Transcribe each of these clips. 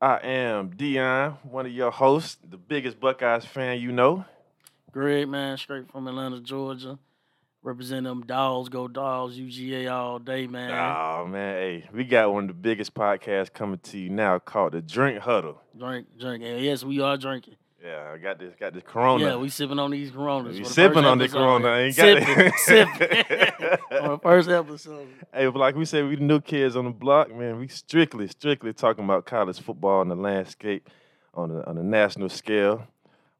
I am Dion, one of your hosts, the biggest Buckeyes fan you know. Greg, man, straight from Atlanta, Georgia. Represent them dolls, go dolls, UGA all day, man. Oh man, hey, we got one of the biggest podcasts coming to you now called the Drink Huddle. Drink, drink. And yes, we are drinking. Yeah, I got this, got this Corona. Yeah, we sipping on these Coronas. We for the sipping first on the episode. Corona, I ain't got Sipping, it. sipping. on the first episode. Hey, but like we said, we the new kids on the block, man. We strictly, strictly talking about college football and the landscape on the on the national scale.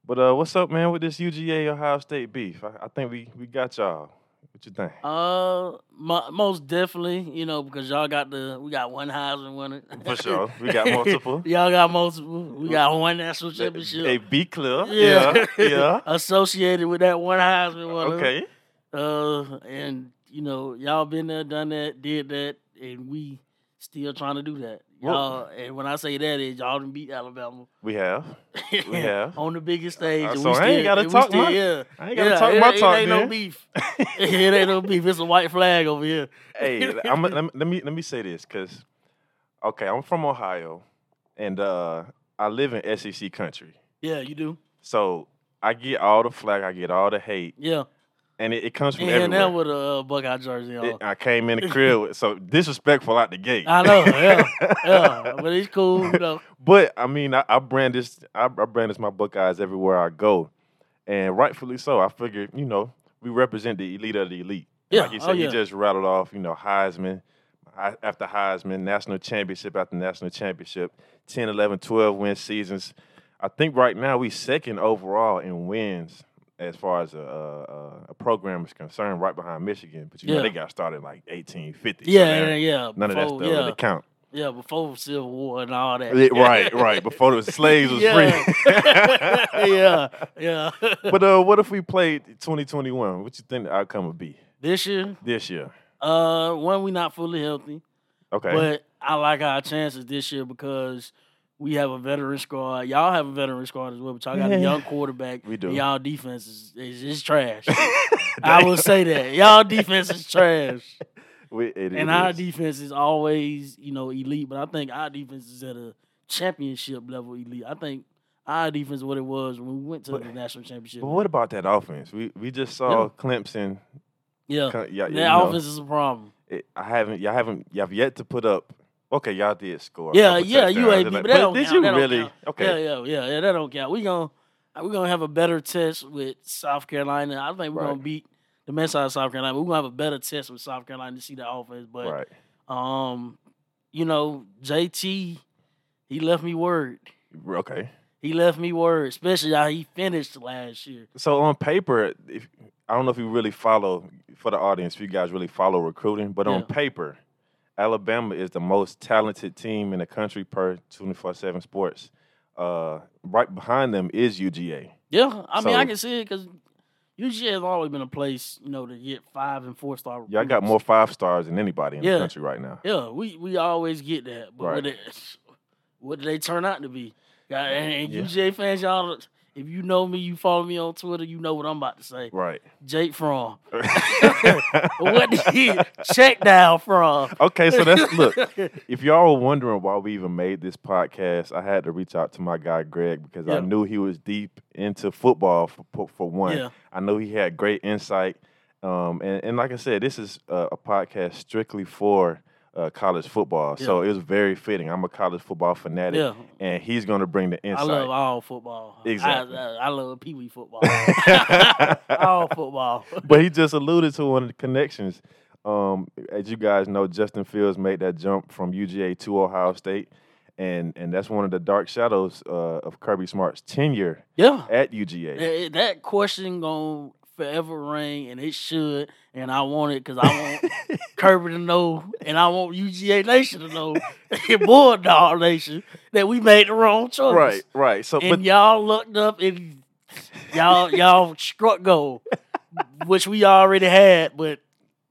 But uh, what's up, man, with this UGA Ohio State beef? I, I think we we got y'all. What you think? Uh, mo- most definitely, you know, because y'all got the we got one Heisman winner For sure. We got multiple. y'all got multiple. We got one national Hey, championship. Hey, be clear. Yeah. Yeah. Associated with that one Heisman winner. okay. Uh, and you know, y'all been there, done that, did that, and we still trying to do that. Well- Y'all, and when I say that is y'all done beat Alabama. We have. We have. on the biggest stage. Uh, and so we I still, ain't gotta and we talk still, my- yeah. I ain't gotta yeah, talk it, my it talk ain't no then. beef. it ain't no beef. It's a white flag over here. hey, I'm, let, me, let me let me say this because okay, I'm from Ohio, and uh, I live in SEC country, Yeah, you do. so I get all the flack, I get all the hate, Yeah, and it, it comes from and that everywhere. with a uh, Buckeye jersey on. It- I came in the crib, with- so disrespectful out the gate. I know. Yeah, yeah, but it's cool. You know. But I mean, I, I brand this. I, I brand this my Buckeyes everywhere I go, and rightfully so. I figured, you know, we represent the elite of the elite. Yeah, like you oh, said, yeah. you just rattled off, you know, Heisman I- after Heisman, national championship after national championship, 10, 11, 12 win seasons. I think right now we second overall in wins as far as a, a, a program is concerned, right behind Michigan. But you know, Yeah. they got started like 1850. so Yeah, yeah, they're- yeah. None of that before, stuff yeah, really count. yeah, before Civil War and all that. Yeah, right, right. Before the slaves was free. yeah, yeah. but uh, what if we played 2021? What you think the outcome would be This year, this year? uh, one we not fully healthy, Okay. but I like our chances this year because we have a veteran squad. Y'all have a veteran squad as well, but y'all got Yeah. a young quarterback. We do. And y'all defense is is, is trash. I will say that y'all defense is trash, We- it- it and our is. defense is always you know elite. But I think our defense is at a championship level elite. I think. Our defense, is what it was when we went to But- the national championship. But what about that offense? We we just saw Yeah. Clemson. yeah, co- Yeah, that you know, offense is a problem. it- I haven't. Y'all haven't. Y'all have yet to put up. Okay, y'all did score. a Yeah, couple yeah, touchdowns, UAB, and but like- that don't did count, you that don't really? count. Okay. Yeah, yeah, yeah, yeah. That don't count. We gonna we gonna have a better test with South Carolina. I think we're Right. gonna beat the mess out of South Carolina. But we're gonna have a better test with South Carolina to see the offense. But Right. um, you know, JT, he left me word. Okay. He left me word, especially how he finished last year. So on paper, if I don't know if you really follow for the audience, if you guys really follow recruiting, but on Yeah. paper, Alabama is the most talented team in the country per 24/7 Sports. Uh, right behind them is UGA. Yeah, I mean, I So- can see it because UGA has always been a place, you know, to get five and four star. Y'all got recruits. more five stars than anybody in the Yeah. country right now. Yeah, we we always get that, but Right. what, it, what do they turn out to be? Yeah, And, and Yeah. UGA fans, y'all, if you know me, you follow me on Twitter, you know what I'm about to say. Right. Jake Fromm, what did he check down from? okay, so that's look. If y'all were wondering why we even made this podcast, I had to reach out to my guy Greg because I Yeah. knew he was deep into football for for- for one. Yeah. I know he had great insight, um, and and like I said, this is uh, a podcast strictly for uh, college football, so it was very fitting. I'm a college football fanatic, Yeah, and he's going to bring the I love insight. all football. I- Exactly. I, I love Pee Wee football. all football. but he just alluded to one of the connections. Um, as you guys know, Justin Fields made that jump from UGA to Ohio State, and and that's one of the dark shadows uh, of Kirby Smart's tenure Yeah. at UGA. That, that question gonna forever ring, and it should, and I want it because I want Kirby to know, and I want UGA Nation to know, and Bulldog Nation, that we made the wrong choice. Right, right. So, And but y'all looked up and y'all y'all struck gold, which we already had, but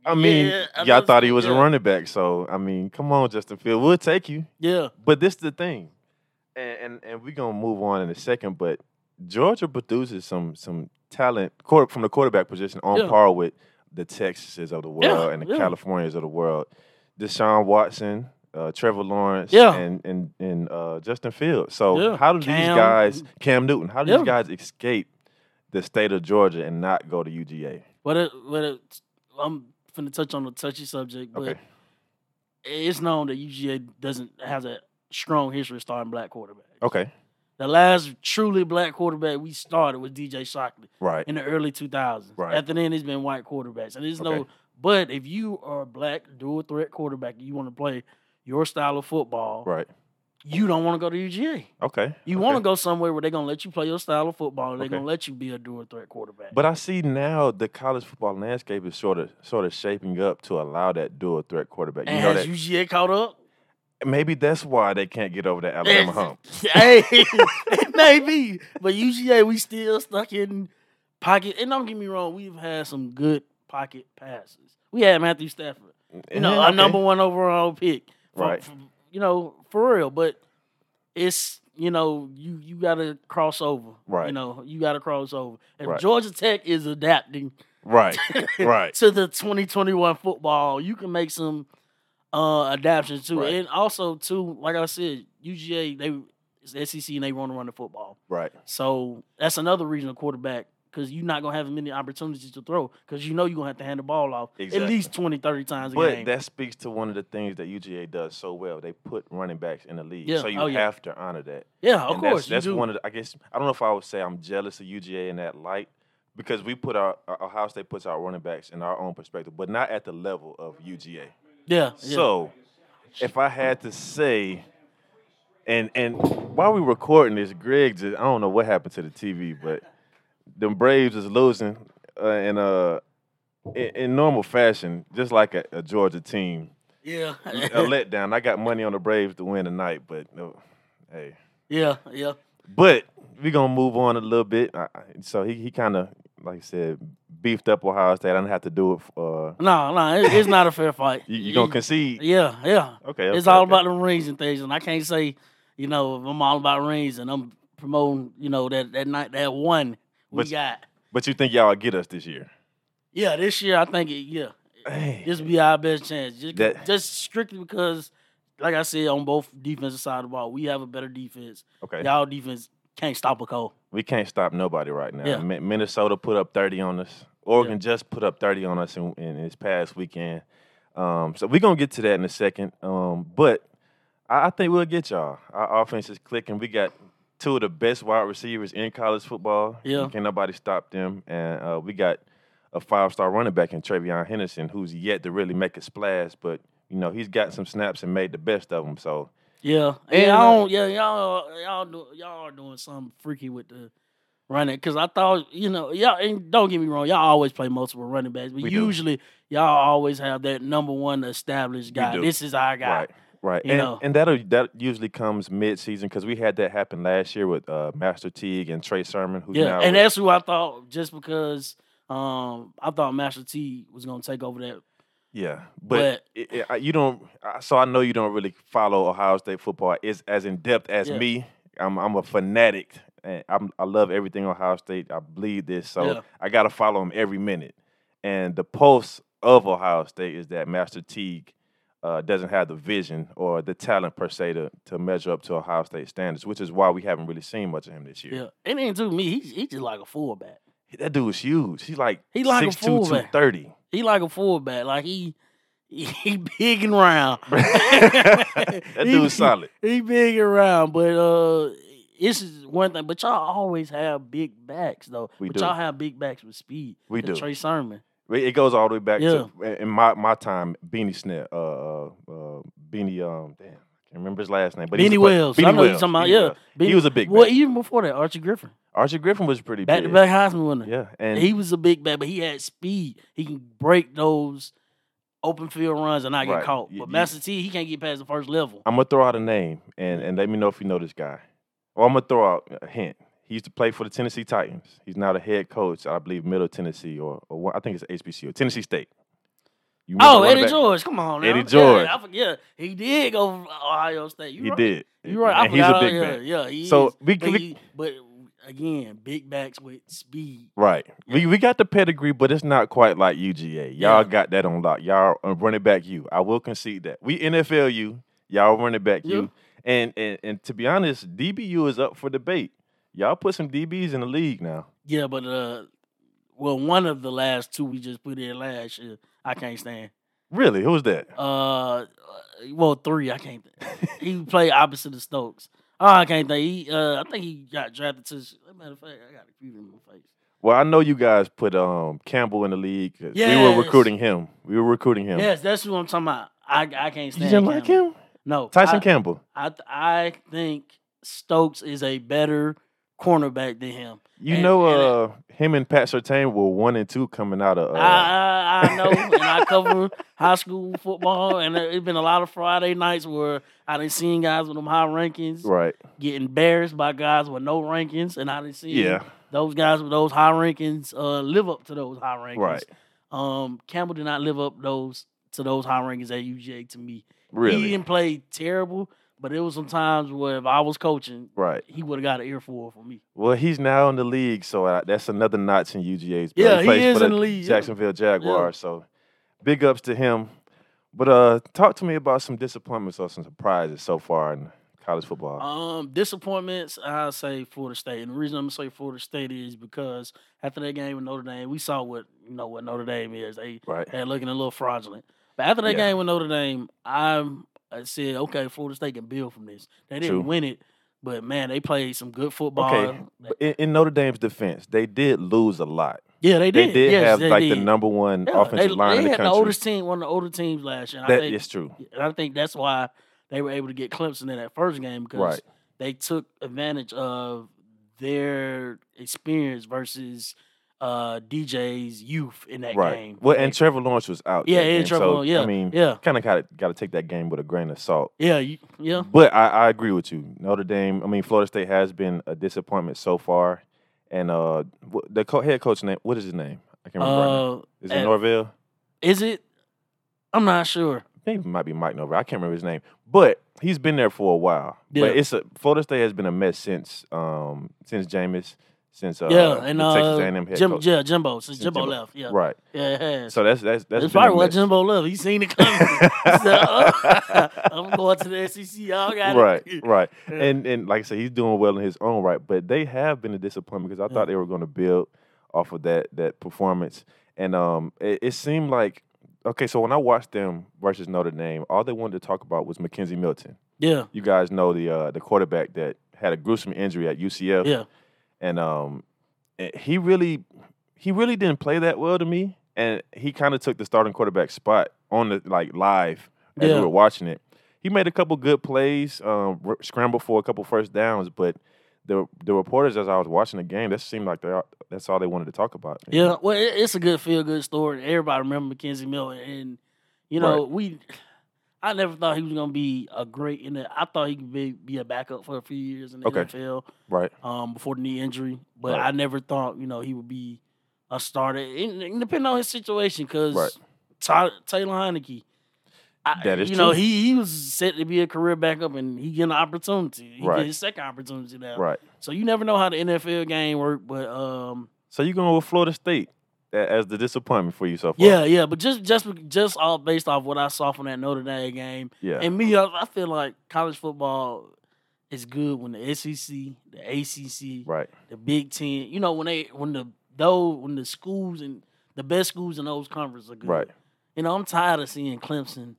I mean, yeah, I y'all know- thought he was a yeah. running back. So, I mean, come on, Justin Fields, we'll take you. yeah, But this is the thing, and and, and we're gonna move on in a second. But Georgia produces some some talent quarter, from the quarterback position on Yeah. par with the Texases of the world and the yeah. Californias of the world. Deshaun Watson, uh, Trevor Lawrence, Yeah. and and and uh, Justin Fields. So Yeah. how do these Cam. guys, Cam Newton, how do Yeah. these guys escape the state of Georgia and not go to UGA? But it, but it, I'm finna touch on a touchy subject, but Okay, it's known that UGA doesn't has a strong history of starting black quarterbacks. okay, The last truly black quarterback we started was DJ Shockley right, in the early 2000s. Right. After then, it's been white quarterbacks, and there's no. Okay. But if you are a black dual threat quarterback, you want to play your style of football. right, You don't want to go to UGA. okay. You okay. want to go somewhere where they're gonna let you play your style of football. and They're Okay. gonna let you be a dual threat quarterback. But I see now the college football landscape is sort of sort of shaping up to allow that dual threat quarterback. You and know has that UGA caught up? maybe that's why they can't get over that Alabama hump. Hey, it may be, but UGA we still stuck in pocket. And don't get me wrong, we've had some good pocket passes. We had Matthew Stafford, you know, Yeah, Mm-hmm, our okay. number one overall pick, for- Right. for- you know, for real. But it's you know, you you got to cross over. You Right. know, you got to cross over. If Right. Georgia Tech is adapting Right, right, to the 2021 football, you can make some uh adaptions too. Right. And also too, like I said, UGA they it's the SEC and they want to run the football. right, So that's another reason a quarterback because you're not gonna have many opportunities to throw because you know you're gonna have to hand the ball off at Exactly. least 20, 30 times a But game. that speaks to one of the things that UGA does so well. They put running backs in the league, Yeah, so you oh, yeah. have to honor that. yeah, of And that's, course. that's you do. one of the, I guess I don't know if I would say I'm jealous of UGA in that light because we put our our- Ohio State puts our running backs in our own perspective, but not at the level of UGA. yeah, yeah. So, if I had to say, and and while we recording this, Greg, just, I don't know what happened to the TV, but the Braves is losing uh, in uh in, in normal fashion, just like a, a Georgia team. yeah, A letdown. I got money on the Braves to win tonight, but no, hey. yeah, yeah. But we're gonna move on a little bit. I, I- so he he kind of like I said beefed up Ohio State. I didn't have to do it. For, uh, No, no, it, it's not a fair fight. you, you gonna concede? Yeah, yeah. Okay, it's okay, all okay. about the rings and things, and I can't say, you know, I'm all about rings and I'm promoting, you know, that that night that one we But- got. But you think y'all get us this year? Yeah, this year I think it, yeah, Hey. this will be our best chance. Just, That- just strictly because, like I said, on both defensive side of the ball, we have a better defense. Okay. Y'all defense can't stop a cold. We can't stop nobody right now. Yeah. Mi- Minnesota put up 30 on us. Oregon just put up 30 on us in, in this past weekend. Um, so we're going to get to that in a second. Um, but I, I think we'll get y'all. Our offense is clicking. We got two of the best wide receivers in college football. Yeah. Can't nobody stop them. And uh, we got a five star running back in Trevion Henderson, who's yet to really make a splash, but. You know he's got some snaps and made the best of them. So Yeah, And, and uh, y'all, yeah, y'all, y'all, do, y'all are doing something freaky with the running because I thought, you know, y'all. And don't get me wrong, y'all always play multiple running backs, but We do. usually y'all always have that number one established guy. do. This is our guy. Right, right. You and know. and that that usually comes mid season because we had that happen last year with uh, Master Teague and Trey Sermon, who's Yeah, now and with- that's who I thought just because um I thought Master T was gonna take over that. yeah. But, but- it, it- I- you don't. I- So I know you don't really follow Ohio State football as as in depth as Yeah. me. I'm I'm a fanatic. And I'm, I love everything Ohio State. I bleed this, so Yeah. I gotta follow him every minute. And the pulse of Ohio State is that Master Teague uh, doesn't have the vision or the talent per se to, to measure up to Ohio State standards, which is why we haven't really seen much of him this year. Yeah, and then to me, he he just like a fullback. That dude was huge. He's like He like a 6'2", fool, man. 230. He like a fullback. Like he he, he big and round. that dude's He- solid. He big around, but uh, this is one thing. But y'all always have big backs though. We but do. y'all have big backs with speed. We The do. Trey Sermon. It it goes all the way back to in my, my time, Beanie Snell, uh, uh, uh, Beanie, um, damn, I can't remember his last name, but he Benny was a play- Wells. I know you're talking about. Beanie yeah, Wells. Benny- he was a big. Well, back. even before that, Archie Griffin, Archie Griffin was pretty back big. to back Heisman winner. Yeah, and he was a big back, but he had speed. He can break those open field runs and not get Right. caught. You- But you- Master T, he can't get past the first level. I'm gonna throw out a name and and let me know if you know this guy. Or I'm gonna throw out a hint. He used to play for the Tennessee Titans. He's now the head coach, I believe, Middle Tennessee or, or what- I think it's HBCU, Tennessee State. You remember Oh, the Eddie running back? George, come on, now. Eddie Yeah, George. I forget. He did go to Ohio State. You He right. did. You're right. And I he's a forgot. Oh, big yeah, back. Yeah, he So is. we- but, we- he- but again, big backs with speed. Right. We we got the pedigree, but it's not quite like UGA. Y'all Yeah. uh, got that on lock. Y'all are running back you. I will concede that. We NFL you. Y'all running back Yeah. you. And, and and to be honest, DBU is up for debate. Y'all put some DBs in the league now. Yeah, but uh, well, one of the last two we just put in last year, I can't stand. Really? Who's that? Uh, well, three, I can't. Think. he played opposite of Stokes. Oh, I can't think. He, uh, I think he got drafted to. as a Matter of fact, I got a few in my face. Well, I know you guys put um Campbell in the league. 'cause We were Yes. recruiting him. We were recruiting him. Yes, that's who I'm talking about. I I can't You stand. didn't like Campbell. him? No, Tyson I- Campbell. I th- I think Stokes is a better cornerback than him. You And- know, and uh, him and Pat Sertain were one and two coming out of. Uh, I, I I know, and I cover high school football, and it's been a lot of Friday nights where I didn't seen guys with them high rankings right. get embarrassed by guys with no rankings, and I didn't see Yeah. those guys with those high rankings uh, live up to those high rankings. Right. Um, Campbell did not live up those to those high rankings at UGA to me. He Really. didn't play terrible, but it was some times where if I was coaching, right. he would have got an earful for me. Well, he's now in the league, so uh that's another notch in UGA's. belt. Yeah, he plays for is in the league, yeah. Jacksonville Jaguars. So, big ups to him. But uh, talk to me about some disappointments or some surprises so far in college football. Um, disappointments, I say Florida State. And the reason I'm gonna say Florida State is because after that game with Notre Dame, we saw what you know what Notre Dame is. They right. they're looking a little fraudulent. But after that Yeah. game with Notre Dame, I'm I said, okay, Florida State can build from this. They didn't True. win it, but man, they played some good football. Okay, but in, in Notre Dame's defense, they did lose a lot. Yeah, they They did. did, yes, have they like did. the number one Yeah, offensive they, line they in the had country. the oldest team, one of the older teams last year. And I that think is true. And I think that's why they were able to get Clemson in that first game because Right. they took advantage of their experience versus uh, DJ's youth in that Right. game. Well, and They- Trevor Lawrence was out. yeah, that game, and Trevor, so, Lawrence, yeah, I mean, yeah, kind of got to got to take that game with a grain of salt. yeah, you- yeah. But I, I agree with you. Notre Dame, I mean, Florida State has been a disappointment so far. And uh, wh- the co- head coach name, what is his name? I can't remember. right now. Uh, Is eh, it Norville? is it? I'm not sure. Maybe it might be Mike Norville. I can't remember his name. But he's been there for a while. Yeah. But it's a Florida State has been a mess since um since Jameis, since uh, yeah, and the uh, Texas A&M head Jim, coach. yeah, Jimbo, since Since Jimbo, Jimbo. left, yeah, Right. yeah, it has. So that's that's that's That's been a probably why mess. Jimbo left. He seen it coming. he said, "Oh, I'm going to the SEC. Y'all got right, it. right. Yeah. And and like I said, he's doing well in his own right, but they have been a disappointment because I Yeah. thought they were going to build off of that that performance, and um, it, it seemed like okay. So when I watched them versus Notre Dame, all they wanted to talk about was Mackenzie Milton. Yeah, You guys know the uh, the quarterback that had a gruesome injury at UCF. Yeah. and um, eh, he really he really didn't play that well to me, and he kind of took the starting quarterback spot on the like live as Yeah. we were watching it. He made a couple good plays, um, r- scrambled for a couple first downs, but the the reporters as I was watching the game, that seemed like they are- that's all they wanted to talk about. Yeah, well, it, it's a good feel good story. Everybody remember Mackenzie Miller, and you know we. I never thought he was gonna be a great in the. I thought he could be, be a backup for a few years in the Okay. NFL right, um, before the knee injury, but Right. I never thought you know he would be a starter. And, and depending on his situation, because Right. Taylor Heineke, I, That is you know true. he he was set to be a career backup, and he getting an opportunity. He Right. get his second opportunity now, right. so you never know how the NFL game work, but um. So you going with Florida State a- as the disappointment for you so far? Yeah, yeah, but just just just all based off what I saw from that Notre Dame game, yeah. and me, I, I feel like college football is good when the SEC, the ACC, right, the Big Ten, you know, when they when the those when the schools and the best schools in those conferences are good. right. You know, I'm tired of seeing Clemson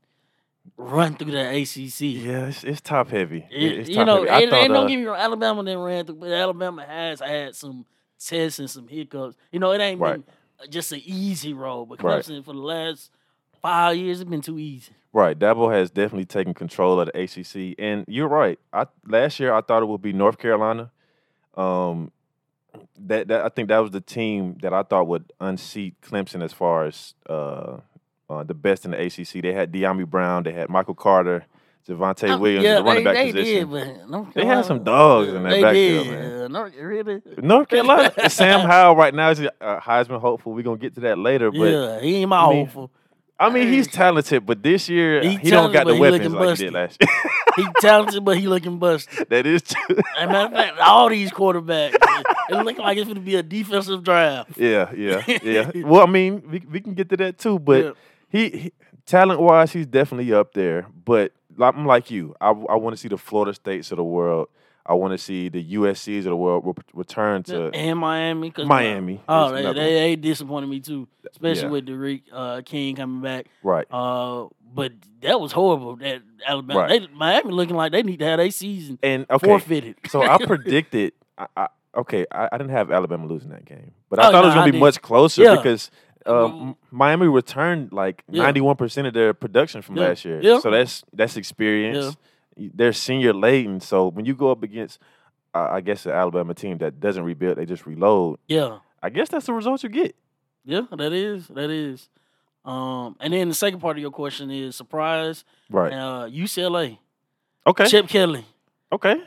run through the ACC. Yeah, it's, it's top heavy. It- It- it's you top know, heavy. I and, thought, and uh, don't get me wrong, Alabama then ran through, but Alabama has had some tests and some hiccups. You know, it ain't Right. been uh, just an easy road, but Right. Clemson for the last five years, it's been too easy. Right, Dabo has definitely taken control of the ACC, and you're right. I last year I thought it would be North Carolina. Um, that, that I think that was the team that I thought would unseat Clemson as far as uh, uh, the best in the ACC. They had Deami Brown, they had Michael Carter, Javante Uh, Williams, yeah, the running they, back they position. did, but North They had some Carolina- dogs in that they backfield, did. man. Uh, North- really? North Carolina, Sam Howell right now is a uh, Heisman hopeful. We're gonna get to that later, but yeah, he ain't my I mean, hopeful. I mean he's talented, but this year He he, don't talented, got but the he weapons looking like he did busted. last year. He talented, but he looking busted. that is true. As a matter of fact, all these quarterbacks, it, it look like it's gonna be a defensive draft. Yeah, yeah, yeah. well, I mean, we, we can get to that too, but Yeah. he, he talent wise, he's definitely up there. But like- I'm like you. I, I want to see the Florida States of the world. I want to see the USCs of the world re- return to and Miami. 'cause- Miami. Oh, is they, they, another one. they disappointed me too, especially Yeah. with Derek uh, King coming back. right. Uh, but that was horrible. That Alabama, Right. they, Miami looking like they need to have their season And okay, forfeited. so I predicted. I, I, okay, I, I didn't have Alabama losing that game, but I Oh, thought it no, was going I to be did. much closer Yeah. because uh, Mm. M- Miami returned like Yeah. ninety one percent of their production from Yeah. last year. Yeah. So that's that's experience. Y- They're senior laden, so when you go up against, uh, I guess, an Alabama team that doesn't rebuild, they just reload. yeah, I guess that's the result you get. yeah, that is that is. Um, and then the second part of your question is surprise. Right. Uh, UCLA, Okay. Chip Kelly. Okay.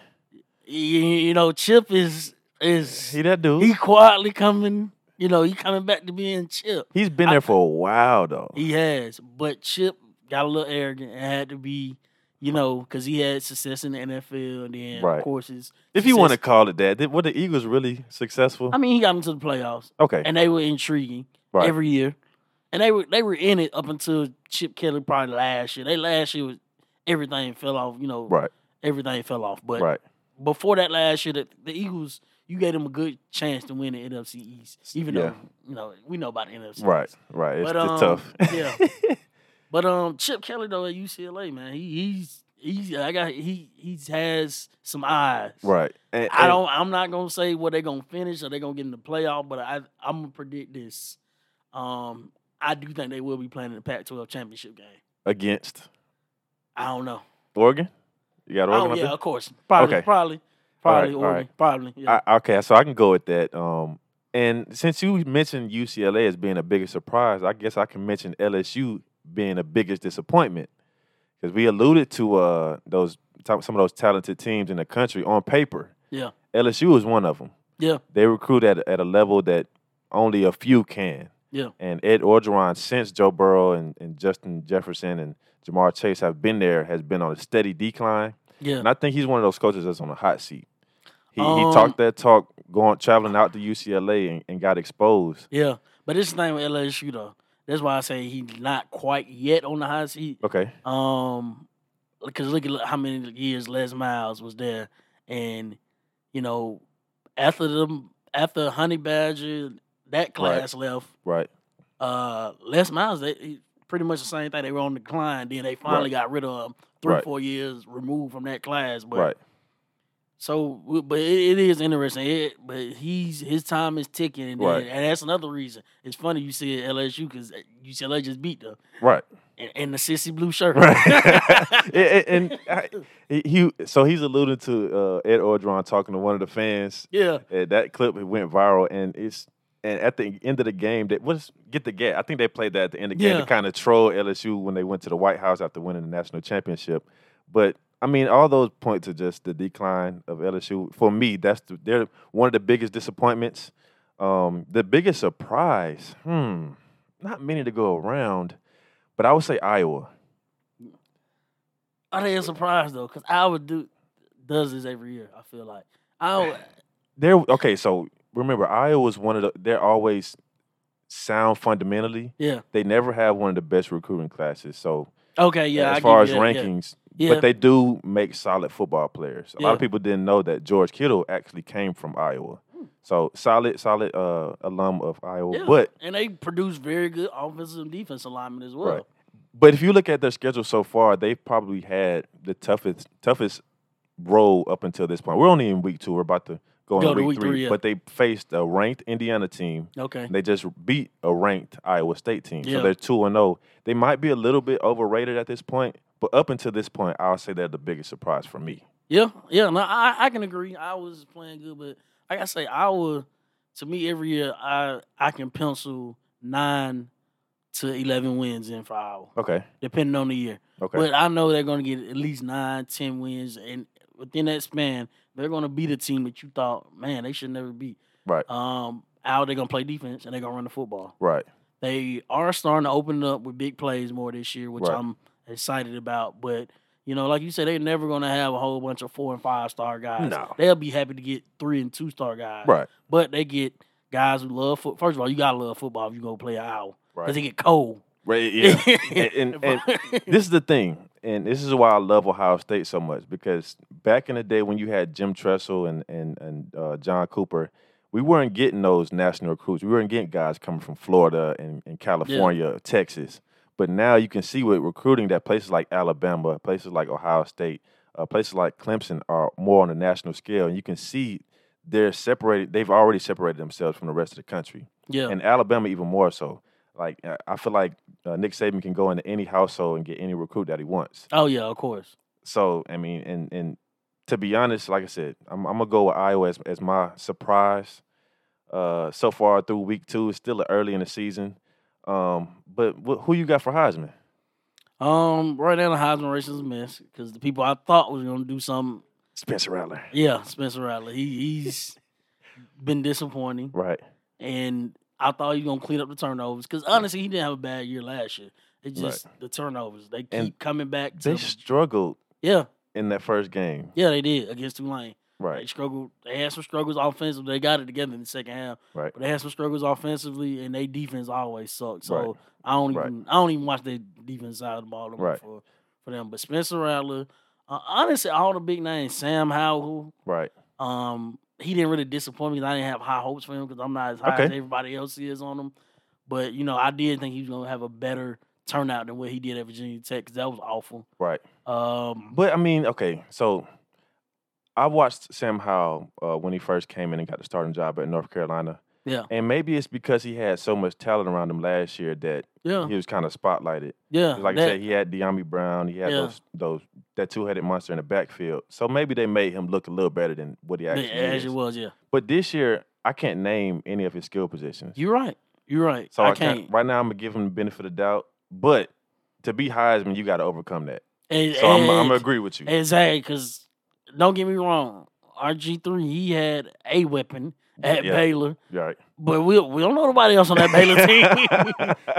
You, you know, Chip is is He that dude. he quietly coming. You know, he coming back to being Chip. He, has been I- there for a while though. He has, but Chip got a little arrogant and had to be, you know, because he had success in the NFL and then Right. of course his. if you want to success- call it that, did, were the Eagles really successful? I mean, he got into the playoffs, okay. and they were intriguing right. every year, and they were they were in it up until Chip Kelly probably last year. They last year was everything fell off, you know, right. everything fell off. But Right. before that last year, the, the Eagles you gave them a good chance to win the NFC East, even Yeah. though you know we know about the NFC. Right. East. Right. It's, But, it's um, tough. yeah. But um, Chip Kelly though at UCLA, man, he, he's he's I got he he has some eyes. Right. And, I and- don't. I'm not gonna say where they're gonna finish or they're gonna get in the playoff, but I I'm gonna predict this. Um, I do think they will be playing in the Pac-12 championship game. against I don't know. Oregon. You got Oregon Oh up yeah, there? of course. Probably, Okay. probably, All right, probably, all Oregon, right. probably. Yeah. I, okay, so I can go with that. Um, and since you mentioned UCLA as being a biggest surprise, I guess I can mention LSU being the biggest disappointment because we alluded to uh those some of those talented teams in the country on paper. Yeah. LSU is one of them. Yeah. they recruit at at a level that only a few can. Yeah. and Ed Orgeron since Joe Burrow and, and Justin Jefferson and Jamar Chase have been there has been on a steady decline. yeah. And I think he's one of those coaches that's on a hot seat. He, Um, he talked that talk going traveling out to UCLA and, and got exposed. Yeah, but this thing with LSU though, that's why I say he's not quite yet on the hot seat. Okay. Um, because look at how many years Les Miles was there, and you know, after them, after Honey Badger that class left, Right. uh, Les Miles they he- pretty much the same thing. They were on decline. Then they finally got rid of him three, Right. four years removed from that class. But right. so, w- but it, it is interesting. It, but he's his time is ticking, and, then- Right. and that's another reason. It's funny you see LSU because UCLA just beat them Right. in, in the sissy blue shirt. Right. and and I, he, he so he's alluding to uh, Ed Orgeron talking to one of the fans. yeah, And Eh, that clip it went viral, and it's and at the end of the game, that was get the gap. I think they played that at the end of the game Yeah. to kind of troll LSU when they went to the White House after winning the national championship. But I mean, all those point to just the decline of LSU. For me, that's the, they're one of the biggest disappointments. Um, the biggest surprise, hmm, not many to go around, but I would say Iowa. I think it's surprised though because Iowa do does this every year. I feel like Iowa. They're okay. So remember, Iowa's one of the. They're always sound fundamentally. Yeah. They never have one of the best recruiting classes. So Okay. Yeah. I as far as give you that, yeah. rankings, Yeah. but they do make solid football players. A lot of Yeah. Hmm. people didn't know that George Kittle actually came from Iowa. So solid, solid uh, alum of Iowa. Yeah. But and they produce very good offensive and defense alignment as well. Right. but if you look at their schedule so far, they've probably had the toughest toughest role up until this point. We're only in week two. We're about to go, Go in to week, week three. three, yeah. But they faced a ranked Indiana team. Okay. and They just beat a ranked Iowa State team. Yeah. So they're 2 and 0. They might be a little bit overrated at this point, but up until this point, I'll say they're the biggest surprise for me. Yeah, yeah, no, I, I can agree. I was playing good, but like I say, Iowa to me every year I I can pencil nine to eleven wins in for Iowa, Okay. depending on the year. Okay. But I know they're gonna get at least nine, ten wins, and within that span, they're gonna beat a team that you thought, man, they should never beat. Right. Um, Iowa they're gonna play defense and they're gonna run the football. Right. They are starting to open up with big plays more this year, which Right. I'm excited about. But you know, like you said, they're never going to have a whole bunch of four and five star guys. No. They'll be happy to get three and two star guys. Right. But they get guys who love football. First of all, you gotta love football if you go play an hour because Right. it get cold. Right. Yeah. and, and, and this is the thing. and this is why I love Ohio State so much because back in the day when you had Jim Tressel and and and uh, John Cooper, we weren't getting those national recruits. We weren't getting guys coming from Florida and, and California, Texas. But now you can see with recruiting that places like Alabama, places like Ohio State, uh, places like Clemson are more on a national scale, and you can see they're separated. They've already separated themselves from the rest of the country Yeah. and Alabama even more so. Like uh, I feel like uh, Nick Saban can go into any household and get any recruit that he wants. oh yeah, of course. So I mean, and and to be honest, like I said, I'm, I'm gonna go with Iowa as, as my surprise. Uh, so far through week two, it's still early in the season. Um, but wh- who you got for Heisman? Um, right now the Heisman race is a mess because the people I thought was gonna do something. Spencer Rattler. Yeah, Spencer Rattler. He he's been disappointing, Right. and I thought he was gonna clean up the turnovers because honestly, he didn't have a bad year last year. It's Right. just the turnovers. They keep And coming back to. They struggled yeah, in that first game. yeah, they did against Tulane. They Right. struggled. They had some struggles offensively. They got it together in the second half. Right. But they had some struggles offensively, and their defense always sucked. So Right. I don't Right. even I don't even watch their defense side of the ball no more Right. for for them. But Spencer Rattler, uh, honestly, all the big names, Sam Howell, Right. um, he didn't really disappoint me. 'cause I didn't have high hopes for him because I'm not as high as Okay. everybody else is on him. But you know, I did think he was gonna have a better turnout than what he did at Virginia Tech because that was awful. Right. Um, But I mean, okay, so I watched Sam Howell uh, when he first came in and got the starting job at North Carolina. Yeah. And maybe it's because he had so much talent around him last year that yeah, he was kind of spotlighted. yeah, 'Cause Like I that- said, he had Deami Brown, he had Yeah. those those that two headed monster in the backfield. So maybe they made him look a little better than what he that- actually as it is. was, yeah. But this year, I can't name any of his skill positions. You're right. You're right. so I, I, can't. right now I'm gonna give him the benefit of the doubt. But to be Heisman, you gotta overcome that. And- So I'm, I'm gonna and- agree with you. Exactly, because don't get me wrong, RG three he had a weapon at Yeah. Baylor, You're right. but we we don't know nobody else on that Baylor team.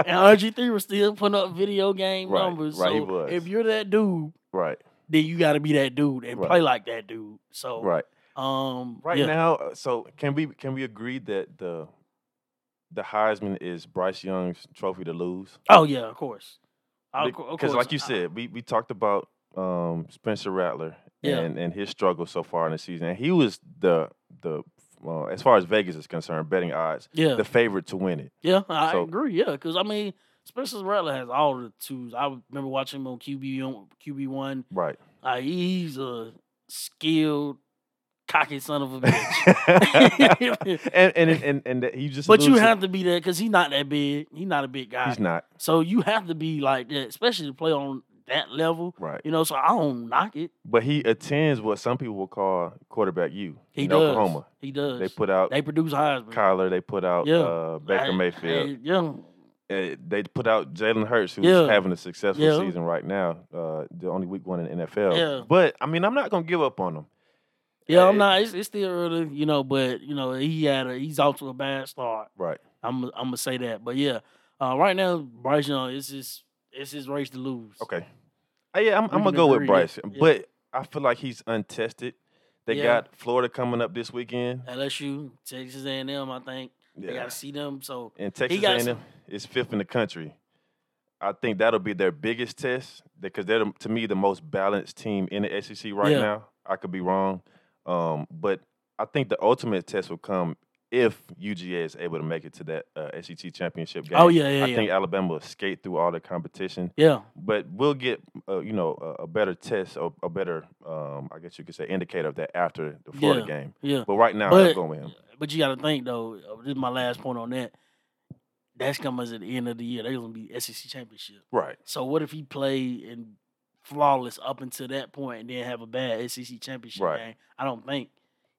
and RG three was still putting up video game Right, numbers. right, he so was. if you're that dude, right. then you got to be that dude and Right. play like that dude. So Right. um Right yeah. now, uh, so can we can we agree that the the Heisman is Bryce Young's trophy to lose? oh yeah, of course. Of cou- of Because course, like you I- said, we, we talked about um, Spencer Rattler Yeah. and, and his struggle so far in the season. And he was the the well, as far as Vegas is concerned, betting odds, yeah, the favorite to win it. Yeah, I So- agree. Yeah, because I mean, Spencer Rattler has all the tools. I remember watching him on QB on QB one. Right. Uh, he's a skilled, cocky son of a bitch. and and and and that he just but you lose it. have to be there because he's not that big. He's not a big guy. he's not So you have to be like that, especially to play on that level. right. You know, so I don't knock it. But he attends what some people will call quarterback U He in does. Oklahoma. He does. They put out They produce Heisman. Kyler. They put out Yeah. uh, Baker I- Mayfield. I- yeah. Uh, they put out Jalen Hurts, who's Yeah. having a successful Yeah. season right now. Uh, the only week one in the NFL. Yeah. But I mean, I'm not gonna give up on him. Yeah, I'm Hey. not. It's, it's still early, you know. But you know, he had a he's off to a bad start. Right. I'm I'm gonna say that. But yeah, uh, right now Bryce Young, it's his it's his race to lose. Okay. Uh, yeah, I'm, We I'm can gonna go with agree. Bryce, Yeah. but I feel like he's untested. They Yeah. got Florida coming up this weekend. LSU, Texas A&M, I think they Yeah. gotta see them. So And Texas got some- A&M is fifth in the country. I think that'll be their biggest test because they're the- to me the most balanced team in the SEC right Yeah. now. I could be wrong, um, but I think the ultimate test will come if UGA is able to make it to that uh, SEC championship game. oh yeah, yeah, I yeah, think Alabama will skate through all the competition, yeah, but we'll get uh, you know a, a better test or a better, um, I guess you could say, indicator of that after the Florida game. yeah. But right now, But- I'm going with him. But you gotta think though. uh, This is my last point on that. That's coming at the end of the year. They're gonna be SEC championship. Right, So what if he played and flawless up until that point and then have a bad SEC championship Right. game? I don't think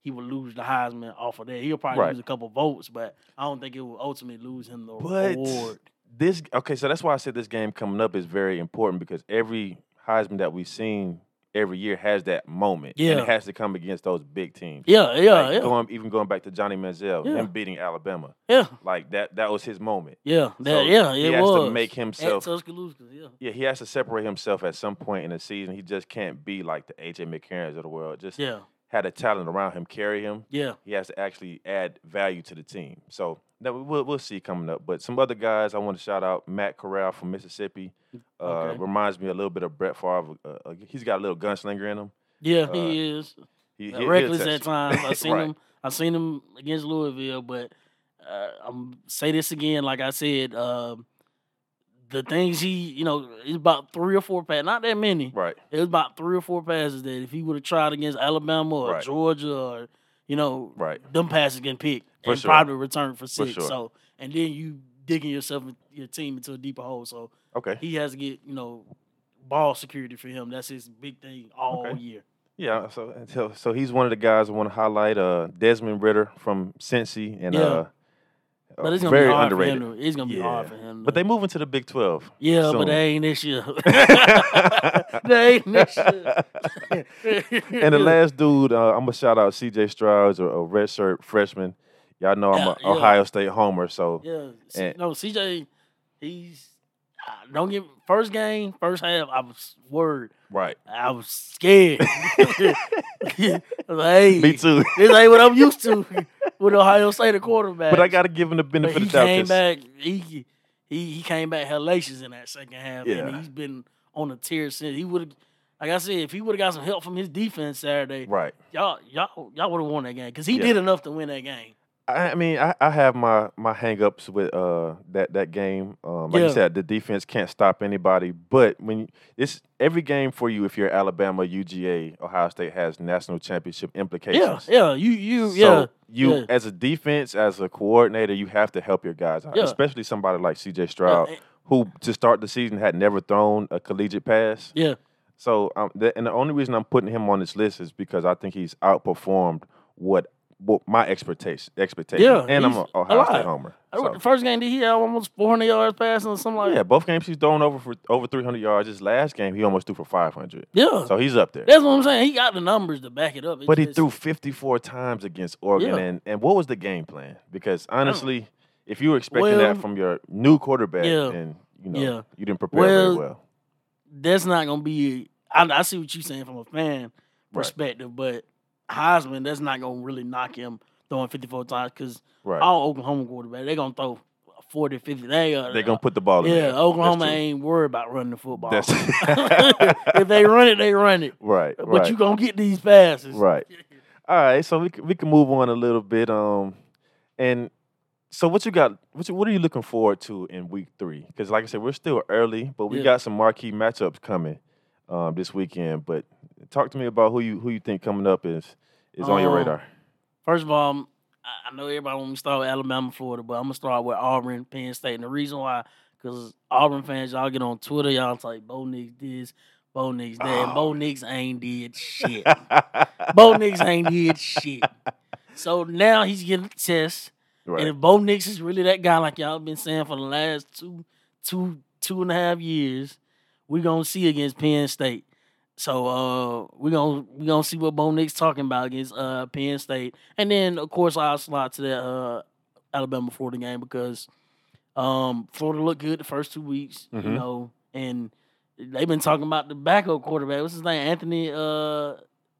he would lose the Heisman off of that. He'll probably Right. lose a couple votes, but I don't think it will ultimately lose him the But- award. this okay so that's why i said this game coming up is very important because every heisman that we've seen every year has that moment and Yeah. it has to come against those big teams Yeah, yeah, Like, yeah, going even going back to johnny manziel Yeah. him beating alabama yeah, like that that was his moment yeah, that, So yeah. It he has was to make himself at Tuscaloosa. Yeah, yeah he has to separate himself at some point in the season he just can't be like the aj mccarrans of the world just yeah, had the talent around him carry him, Yeah. he has to actually add value to the team. So that we- we'll, we'll see coming up. But some other guys I want to shout out Matt Corral from Mississippi. Uh, Okay. Reminds me a little bit of Brett Favre. Uh, uh, he's got a little gunslinger in him. Yeah, Uh, he is. He, he- Uh, he'll reckless touch at you. times. I seen Right. him. I seen him against Louisville, but uh, I'm say this again. Like I said, um, the things he, you know, it's about three or four passes. Not that many. Right. It was about three or four passes that if he would have tried against Alabama or Right. Georgia or you know, Right. them passes getting picked For and sure. probably returned for For six. sure. So and then you digging yourself and your team into a deeper hole. So Okay. he has to get you know ball security for him. That's his big thing all Okay. year. Yeah, so so, so he's one of the guys I want to highlight. Uh, Desmond Ritter from Cincy, and Yeah. uh, uh, But it's gonna very be hard underrated. for him. To, it's gonna be hard Yeah. for him. But to- they move into the Big Twelve. yeah, soon. but they ain't this year. they ain't this year. and the last dude, uh, I'm gonna shout out C.J. Stroud's a, a redshirt freshman. Y'all know I'm Yeah, an yeah. Ohio State homer, so Yeah. C- And- no, CJ, he's I- don't get first game, first half. I was worried. right. I was scared. I was like, hey, Me too. this ain't what I'm used to with Ohio State a quarterback. but I gotta give him the But benefit he of the doubt. came 'cause- back. He, he he came back hellacious in that second half, and Yeah. he's been on a tear since. He would have, like I said, if he would have got some help from his defense Saturday, Right. y'all y'all y'all would have won that game because he Yeah. did enough to win that game. I I mean, I, I have my my hangups with uh that that game. Um, like Yeah. you said, the defense can't stop anybody. But when you, it's every game for you, if you're Alabama, UGA, Ohio State has national championship Yeah, implications. yeah. You you So yeah. you yeah. as a defense, as a coordinator, you have to help your guys out, Yeah. especially somebody like CJ yeah, Stroud, who to start the season had never thrown a collegiate pass. Yeah. So, um, the, and the only reason I'm putting him on this list is because I think he's outperformed what what my expectation expectation. Yeah, and I'm he's an Ohio alive. State homer. I remember So, The first game that he had almost 400 yards passing or something like yeah, both games he's thrown over for over 300 yards. His last game he almost threw for 500. that. Yeah. So he's up there. That's what I'm saying. He got the numbers to back it up. It's But he just- threw 54 times against Oregon. Yeah. And, and what was the game plan? Because honestly, if you were expecting Well- that from your new quarterback, Yeah. then you know Yeah. you didn't prepare Well, very well. That's not going to be. I, I see what you're saying from a fan perspective, but Heisman, that's not going to really knock him throwing 54 times because Right. all Oklahoma quarterback, they're going to throw 40, 50. They, uh, They're gonna put the ball in. Yeah, there. Oklahoma true. ain't worried about running the football. That's if they run it, they run it. right. But right. you going to get these passes. Right. All right. So we c- we can move on a little bit. Um, and so what you got? What you, what are you looking forward to in week three? Because like I said, we're still early, but we Yeah. got some marquee matchups coming um, this weekend. But talk to me about who you who you think coming up is is on your Um, radar. First of all, I'm- I- I know everybody wants me to start with Alabama, Florida, but I'm gonna start with Auburn, Penn State, and the reason why, because Auburn fans, y'all get on Twitter, y'all type Bo Nix this, Bo Nix that, and Bo Oh. Nix ain't did shit. Bo Nix ain't did shit. So now he's getting a test, right. and if Bo Nix is really that guy, like y'all been saying for the last two, two, two and a half years, we gonna see against Penn State. So uh, we gonna we gonna see what Bo Nix talking about against uh Penn State, and then of course I'll slide to that uh Alabama Florida game because um Florida looked good the first two weeks, you Mhm. know, and they've been talking about the backup quarterback. What's his name? Anthony uh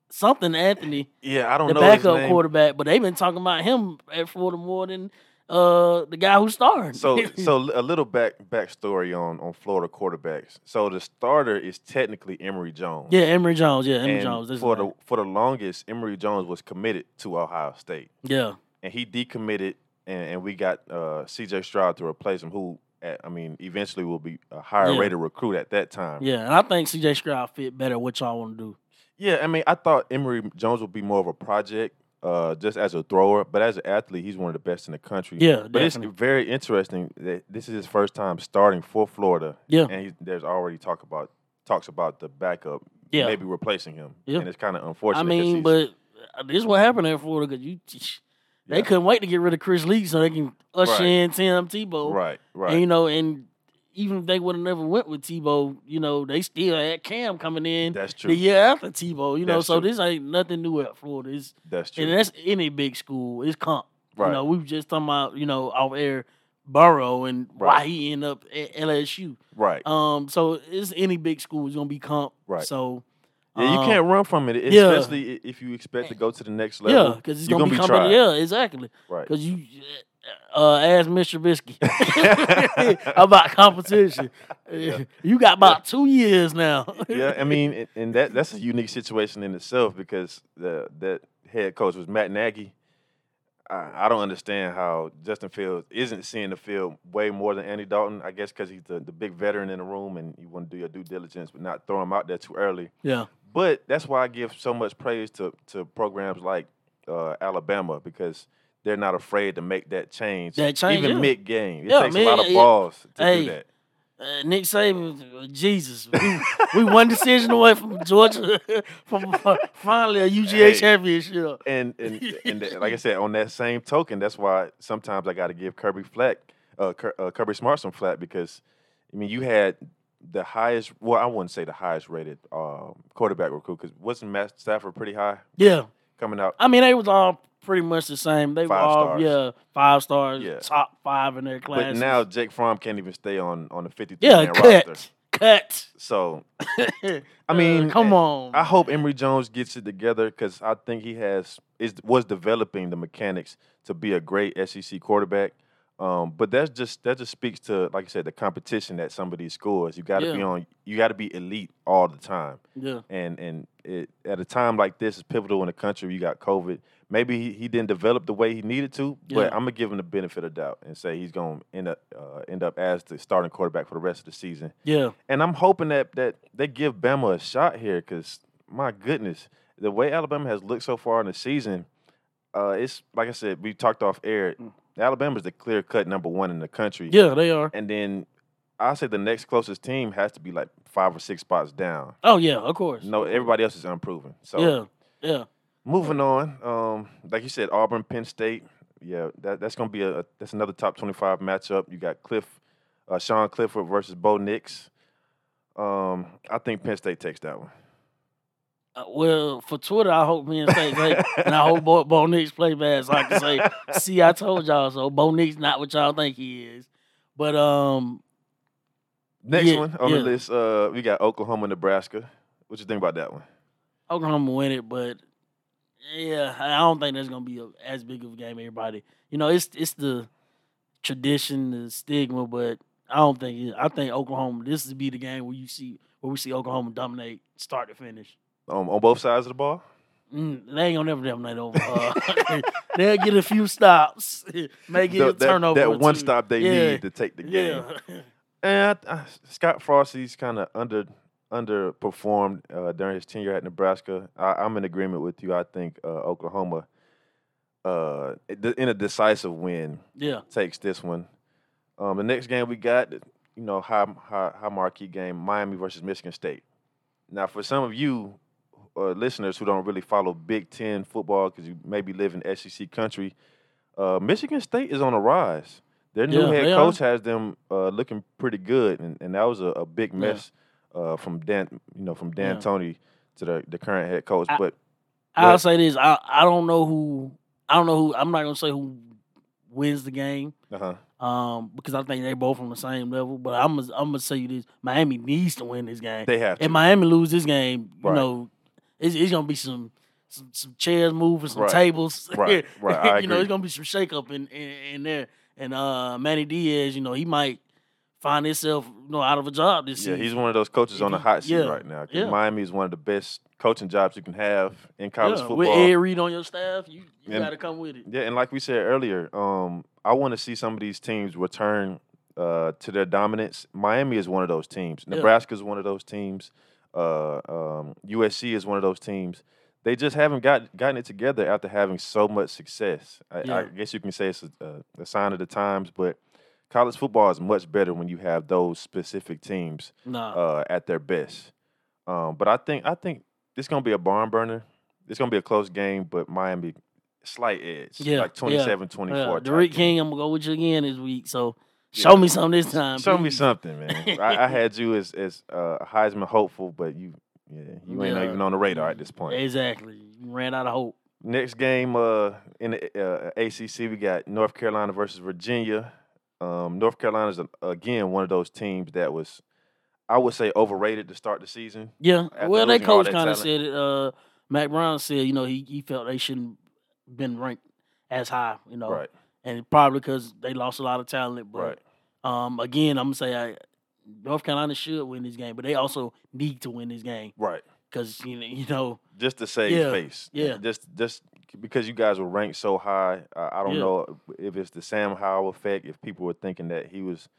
something Anthony yeah, I don't the know his backup name. quarterback, but they've been talking about him at Florida more than uh, the guy who started. So, so l- a little back backstory on on Florida quarterbacks. So the starter is technically Emory Jones. yeah, Emory Jones. Yeah, Emory and Jones. that's his for name. the for the longest, Emory Jones was committed to Ohio State. yeah, and he decommitted, and, and we got uh, C.J. Stroud to replace him, who at, I mean, eventually will be a higher Yeah. rated recruit at that time. yeah, and I think C.J. Stroud fit better what y'all want to do. Yeah, I mean, I thought Emory Jones would be more of a project, uh, just as a thrower, but as an athlete, he's one of the best in the country. Yeah, but it's definitely. very interesting that this is his first time starting for Florida. Yeah. and he, there's already talk about talks about the backup Yeah, maybe replacing him. Yeah. and it's kind of unfortunate. I 'cause mean, he's- but uh, this is what happened at Florida because you they Yeah. couldn't wait to get rid of Chris Lee so they can usher Right. in Tim Tebow. right, right, And, you know, and even if they would have never went with Tebow, you know, they still had Cam coming in that's the true. year after Tebow. You know, That's so true. this ain't nothing new at Florida. It's That's true. And that's any big school. It's comp. right, You know, we were just talking about, you know, off air Burrow and why Right. he ended up at LSU. right, Um, so it's any big school is gonna be comp. Right. So Yeah, you Um, can't run from it, yeah. especially i- if you expect to go to the next level. Yeah, because it's you're gonna, gonna be be coming. tried. Yeah, exactly. Right. Because you uh, ask Mr. Trubisky about competition. Yeah. You got about two years now. yeah, I mean, and, and that that's a unique situation in itself because the that head coach was Matt Nagy. I, I don't understand how Justin Fields isn't seeing the field way more than Andy Dalton. I guess because he's the, the big veteran in the room, and you want to do your due diligence, but not throw him out there too early. yeah, But that's why I give so much praise to to programs like uh, Alabama because they're not afraid to make that change. That change, even yeah. mid game, it Yeah, takes man, a lot of yeah. balls to Hey, do that. uh, Nick Saban, uh, Jesus, we, we one decision away from Georgia from uh, finally a UGA Hey. championship. And and, and th- like I said, on that same token, that's why sometimes I got to give Kirby Flack, uh, Kir- uh, Kirby Smart some flat because I mean you had the highest. Well, I wouldn't say the highest rated um, quarterback recruit because wasn't Matt Stafford pretty high Yeah, coming out? I mean they was all pretty much the same. They were Five all stars. yeah five stars, Yeah. top five in their class. But now Jake Fromm can't even stay on on the fifty three yeah, man cut, roster. cut. So Uh, I mean, come eh, on. I hope Emory Jones gets it together because I think he has is was developing the mechanics to be a great SEC quarterback. Um, but that's just that just speaks to like I said the competition at some of these schools. You got to be Yeah. on. You got to be elite all the time. yeah. And and it, at a time like this is pivotal in the country. You got COVID. Maybe he, he didn't develop the way he needed to, Yeah. but I'm gonna give him the benefit of doubt and say he's gonna end up uh, end up as the starting quarterback for the rest of the season. Yeah, And I'm hoping that that they give Bama a shot here because my goodness, the way Alabama has looked so far in the season, uh, it's like I said, we talked off air. Mm. Alabama's the clear cut number one in the country. yeah, they are. And then I say the next closest team has to be like five or six spots down. Oh yeah, of course. No, everybody else is unproven. So yeah, yeah, moving on, um, like you said, Auburn, Penn State. Yeah, that, that's gonna be a that's another top twenty five matchup. You got Cliff, uh, Sean Clifford versus Bo Nix. Um, I think Penn State takes that one. Uh, well, for Twitter, I hope me and State play, and I hope Bo, Bo Nix play bad so I can say, "See, I told y'all so." Bo Nix not what y'all think he is, but um, Next Yeah, one on yeah. the list, uh, we got Oklahoma, Nebraska. What you think about that one? Oklahoma win it, but yeah, I don't think that's gonna be a, as big of a game. Everybody, you know, it's it's the tradition, the stigma, but I don't think it, I think Oklahoma. This would be the game where you see where we see Oklahoma dominate start to finish. Um, on both sides of the ball. Mm, they ain't gonna never dominate over. Uh, they'll get a few stops, may get The- a turnover. That, or that one two. stop they Yeah, need to take the game. Yeah, And I, I, Scott Frosty's kind of under underperformed uh, during his tenure at Nebraska. I, I'm in agreement with you. I think uh, Oklahoma, uh, d- in a decisive win, yeah, takes this one. Um, the next game we got, you know, high, high high marquee game, Miami versus Michigan State. Now, for some of you uh, listeners who don't really follow Big Ten football because you maybe live in SEC country, uh, Michigan State is on a rise. Their new Yeah, head they coach has them uh, looking pretty good, and, and that was a, a big Yeah. mess uh, from Dan, you know, from Dan Yeah. Tony to the, the current head coach. I- but I'll But- say this: I I don't know who I don't know who I'm not gonna say who wins the game. uh-huh. Um, because I think they both on the same level. But I'm gonna I'm gonna say you this: Miami needs to win this game. they have to. If Miami lose this game, you Right. know, it's, it's gonna be some some, some chairs moving, some Right. tables. Right, right, I you know, agree. it's gonna be some shakeup in, in in there. And uh Manny Diaz, you know, he might find himself you know out of a job this Yeah, season. he's one of those coaches If on the he- hot seat yeah, right now. 'cause yeah. Miami is one of the best coaching jobs you can have in college yeah, football. with Ed Reed on your staff, you, you And- uh, gotta come with it. yeah, and like we said earlier, um, I want to see some of these teams return uh, to their dominance. Miami is one of those teams. Yeah. Nebraska is one of those teams. Uh, um, USC is one of those teams. They just haven't got gotten it together after having so much success. I, I Yeah. guess you can say it's a, a, a sign of the times, but college football is much better when you have those specific teams Nah. uh, at their best. Um, but I think I think this gonna be a barn burner. It's gonna be a close game, but Miami slight edge. Yeah, like yeah, 27, 24. Yeah, type Derek thing. King, I'm gonna go with you again this week. So Yeah. show me something this time. Show me please. something, man. I, I had you as as uh, a Heisman hopeful, but you yeah, you ain't Yeah. even on the radar at this point. Exactly. You ran out of hope. Next game uh, in the uh, ACC, we got North Carolina versus Virginia. Um, North Carolina's a- again one of those teams that was. I would say overrated to start the season. Yeah. after well, their losing all coach that kind of talent. said it. Uh, Mac Brown said, you know, he, he felt they shouldn't been ranked as high, you know, Right. and it probably because they lost a lot of talent. Oh, But Right. um, again, I'm gonna say I, North Carolina should win this game, but they also need to win this game Right. because you know, you know, Just to save Yeah, face. yeah. Just just because you guys were ranked so high, I, I don't Yeah. know if it's the Sam Howell effect. If people were thinking that he was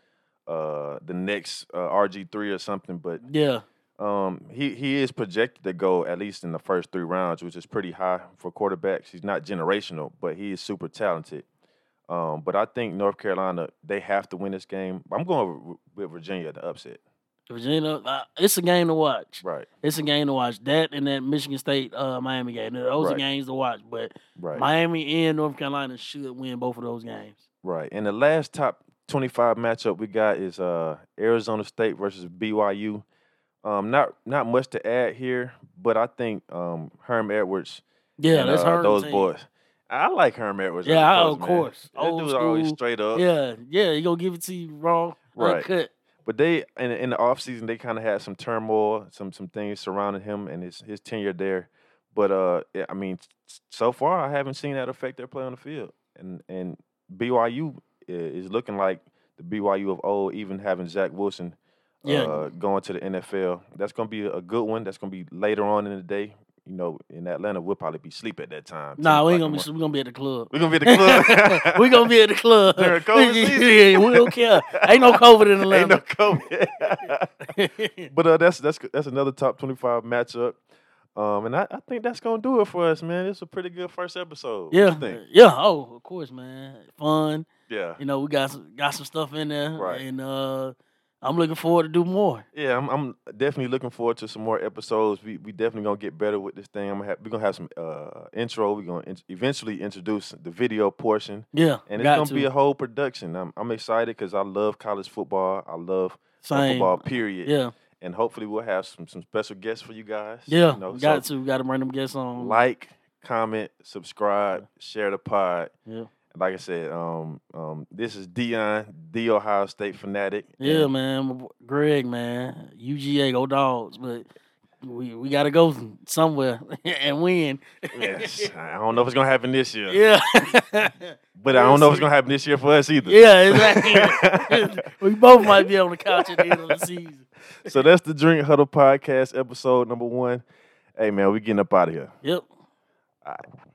uh, the next uh, RG three or something, but yeah, Um, he he is projected to go at least in the first three rounds, which is pretty high for quarterbacks. He's not generational, but he is super talented. Um, but I think North Carolina they have to win this game. I'm going with- with Virginia the upset. Virginia. Uh, it's a game to watch. Right, It's a game to watch. That and that Michigan State uh, Miami game. Those are Right. games to watch. But right, Miami and North Carolina should win both of those games. right. And the last top 25 matchup we got is uh Arizona State versus BYU. Um, not not much to add here, but I think um Herm Edwards. Yeah, and, that's uh, her. those team. boys. I like Herm Edwards. Yeah, I- up of close, man. course. That Old dude's always school. straight up. Yeah, yeah, you gonna give it to you raw, Right. uncut. But they in in the offseason they kind of had some turmoil, some some things surrounding him and his his tenure there. But uh, yeah, I mean, s- so far I haven't seen that affect their play on the field. And and BYU i- is looking like the BYU of old, even having Zach Wilson. Yeah. Uh, going to the NFL. That's gonna be a good one. That's gonna be later on in the day. You know, in Atlanta, we'll probably be asleep at that time. 10 Nah, we o'clock in ain't the gonna be. morning. We gonna be at the We're club. gonna be at the club. we gonna be at the club. During COVID yeah, season. yeah, we don't care. Ain't no COVID in Ain't no Atlanta. COVID. but uh, that's that's that's another top twenty five matchup. Um, and I, I think that's gonna do it for us, man. It's a pretty good first episode. What you yeah, think? yeah. Oh, of course, man. Fun. yeah, You know, we got some, got some stuff in there, Right. and uh, I'm looking forward to do more. yeah. I'm, I'm definitely looking forward to some more episodes. We we definitely gonna get better with this thing. I'm gonna have, we're gonna have some uh intro. We're gonna in- eventually introduce the video portion, Yeah, and it's got gonna to. be a whole production. I'm I'm excited because I love college football. I love Same. football. Period. Yeah, And hopefully we'll have some some special guests for you guys. yeah. You know, so got to. Got to bring them guests on. like, comment, subscribe, share the pod. Yeah. Like I said, um, um, this is Dion, the Ohio State fanatic. Yeah, and man. my boy- Greg, man. UGA, go dogs. But we, we got to go somewhere and win. yes, I don't know if it's gonna happen this year, Yeah. but I don't know if we'll it's gonna happen this year for us either. yeah, exactly. we both might be on the couch at the end of the season. So that's the Drink Huddle podcast episode number one. Hey man, we getting up out of here. Yep.